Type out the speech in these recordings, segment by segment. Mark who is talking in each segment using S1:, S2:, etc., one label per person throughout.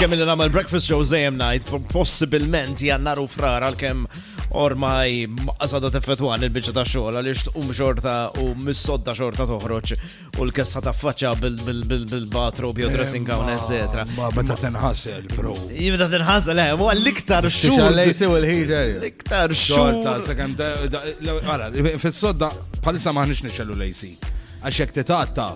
S1: kemm li nagħmel breakfast show żejjem ngħid, possibilment jannar u frar għalkemm ormai qasada teffetwan il-biċċa ta' xogħol għaliex tqum xorta u mis-sodda xorta toħroġ u l-kessa ta' faċċa bil-batru, bio-dressing gown, etc.
S2: Eh, Ma meta tenħassel, bro.
S1: Jibda tinħassel, eh, huwa l-iktar xhur.
S3: Xalejsi u l-heater.
S1: L-iktar
S2: Xorta,
S1: xhur.
S2: sekam, għara, fil-sodda, palissa maħnix nixxellu lejsi. Għaxek titatta,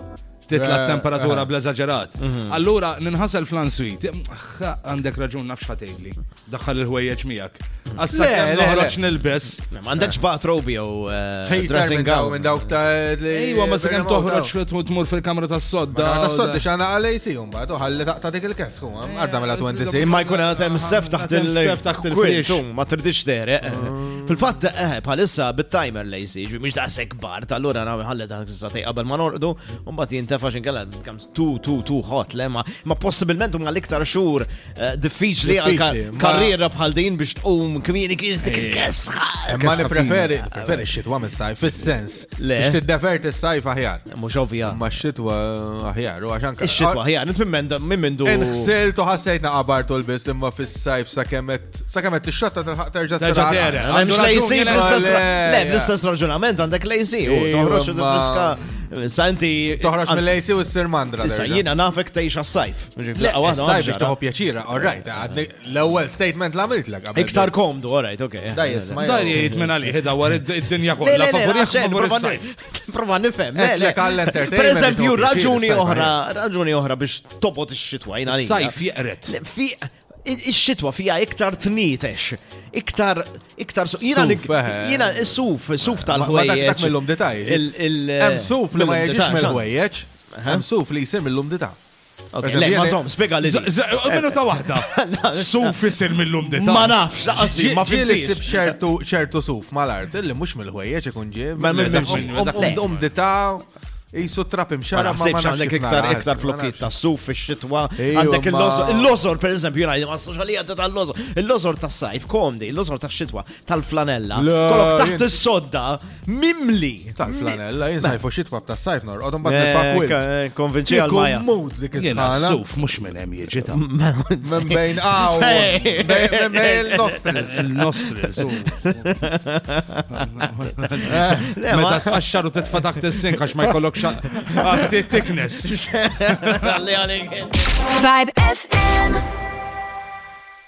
S2: titla
S3: Eh,
S2: temperatura
S3: eh.
S2: bl-eżagġerat. Allura, ninħasel flan sweet. Aħħa, Għandek raġun nafx ħatejli. Daħħal il-ħwejjeġ miegħek. Għassa
S3: Le, le,
S2: kemm
S3: le.
S2: noħroġ nilbes.
S1: M'għandekx batru bio eh,
S3: Heater
S1: dressing
S3: minn daw minn
S1: gown.
S3: dawk ta' li.
S2: Ejwa, ma sekam toħroġ
S3: Ma
S2: tmur fil-kamra tas-sodda. u
S3: għanna
S2: da-
S3: s-soddi xana għalejsi jumba, tuħalli ta' dik il-kesku, għadda mela 26.
S1: Ma jkun għatem stef taħt
S3: Għatem
S1: il-
S3: stef taħt Mm. il-
S1: kwiet,
S3: fridge.
S1: um, ma tridix tere. Fil-fatt, eh, palissa bit-timer lejsi, ġi mux daqsek bar, tal-lura għana ħalli dan s-satej qabel ma norqdu, un bat jintefa xin kalla kam tu, tu, tu, hot, le, ma ma possibilment um għal-iktar xur eh, diffiċli
S3: Diffiċli,
S1: għal
S3: ma- Ehm.
S1: karriera bħal din biex tqum kmini kien dik il-kesħa.
S3: Ma nipreferi, preferi x-xitwa mis-sajf, fil-sens.
S1: Le.
S3: Biex tiddeferti s-sajf aħjar.
S1: Mux ovvja.
S3: Ma Ah. x-xitwa aħjar, u għaxan
S1: Ix-xitwa, ħja, nitmimmendu, mimmendu.
S3: Inħsil tuħassejna qabartu l-bis imma fis-sajf sakemet sakemet t-xotta tilħaq terġa'
S2: Terġa'
S3: s-siraq.
S2: tera.
S1: Għem
S2: Għandu
S1: biex lejsi,
S2: raġun,
S3: jena-
S1: bl-istess ra-
S3: Le,
S1: le,
S3: ja.
S1: bl-istess raġunament għandek lejsi, u
S3: Ejwa,
S1: toħroċ u
S3: ma-
S1: tifriska. Santi.
S3: Toħroġ
S1: an-
S3: mill-lejsi u s-sirmandra.
S1: Issa
S3: terġa'.
S1: jina nafek tgħix għas-sajf. Ġifri,
S3: Le,
S1: laqgħa waħda
S3: s-sajf biex
S1: maġġara.
S3: toħu pjaċira, all right. għadni- L-ewwel statement l-għamilt l
S1: Iktar komdu, all right, ok.
S3: Da, yes, ma-
S2: Dar jgħid minn għalih, dawar id-dinja
S1: Le, le,
S2: kollha.
S1: le,
S2: Favorija,
S1: għaxen,
S2: favorija
S1: prova
S2: s-sajf.
S1: nif- prova nifhem. le, le.
S3: Etlek għall-entertainment
S1: Per eżempju,
S3: itoħroġ pjaċir
S1: raġuni
S3: s-sajf
S1: oħra, raġuni oħra biex tobot ix-xitwa jina għalija.
S2: Sajf jeqret.
S1: Le, fi- i- Ix-xitwa fija iktar tnitex, iktar, iktar, su- jina,
S3: Suf,
S1: nik-
S3: eh.
S1: jina, suf, suf
S3: Ma dak-
S1: tal-ħwejjeġ.
S3: dak mill-lum detaj.
S1: Il- il-
S3: Hemm suf li ma
S1: mill-lum
S3: jiġix
S1: detaj, xan? Ehm.
S3: mill-ħwejjeġ, hemm suf li jisir mill-lum dita.
S1: Ok, Le,
S3: Għax
S1: ma
S3: jien-
S1: zom, spiega li. di.
S2: Minu ta' wahda. Suf isir mill-lum detal.
S1: Ma nafx, laqasi, ma
S3: Ġieli
S1: fittix.
S3: sib ċertu ċertu suf mal-art, illi mhux mill-ħwejjeġ ikun ġie.
S1: Ma minn
S3: minn-
S1: minn-
S3: um-
S1: Le.
S3: um- Um dita jisu trap
S1: Ma
S3: imxara ma ma
S1: naħsibx
S3: nafx
S1: għandek
S3: kif
S1: iktar
S3: nara,
S1: iktar
S3: ma
S1: flokkiet
S3: nafx.
S1: ta' suf fix-xitwa,
S3: Ejju,
S1: għandek
S3: ma-
S1: il-lozor, il-lozor per eżempju, jina ma soċalija ta' l-lozor, il-lozor ta' sajf, komdi, il-lozor ta' xitwa, tal-flanella,
S3: Le,
S1: kolok taħt
S3: jien-
S1: is-sodda, mimli.
S3: Tal-flanella, jinsajfu xitwa ta' sajf nor, għodhom bat
S1: Eh,
S3: nifakwilt.
S1: k- Konvinċi għal-maja.
S3: mood dik
S2: Jena
S3: is-sala.
S2: suf mux minn hemm jiġi ta'
S3: Minn bejn għaw,
S1: Hey.
S3: minn bejn nostris.
S2: il-nostri. suf.
S1: Le,
S2: Meta
S1: Eh, ma-
S2: tqaxxar u titfa' taħt is-sink għax ma jkollokx آه، għakti thickness.
S1: Għalli għalik.
S4: Vibe FM.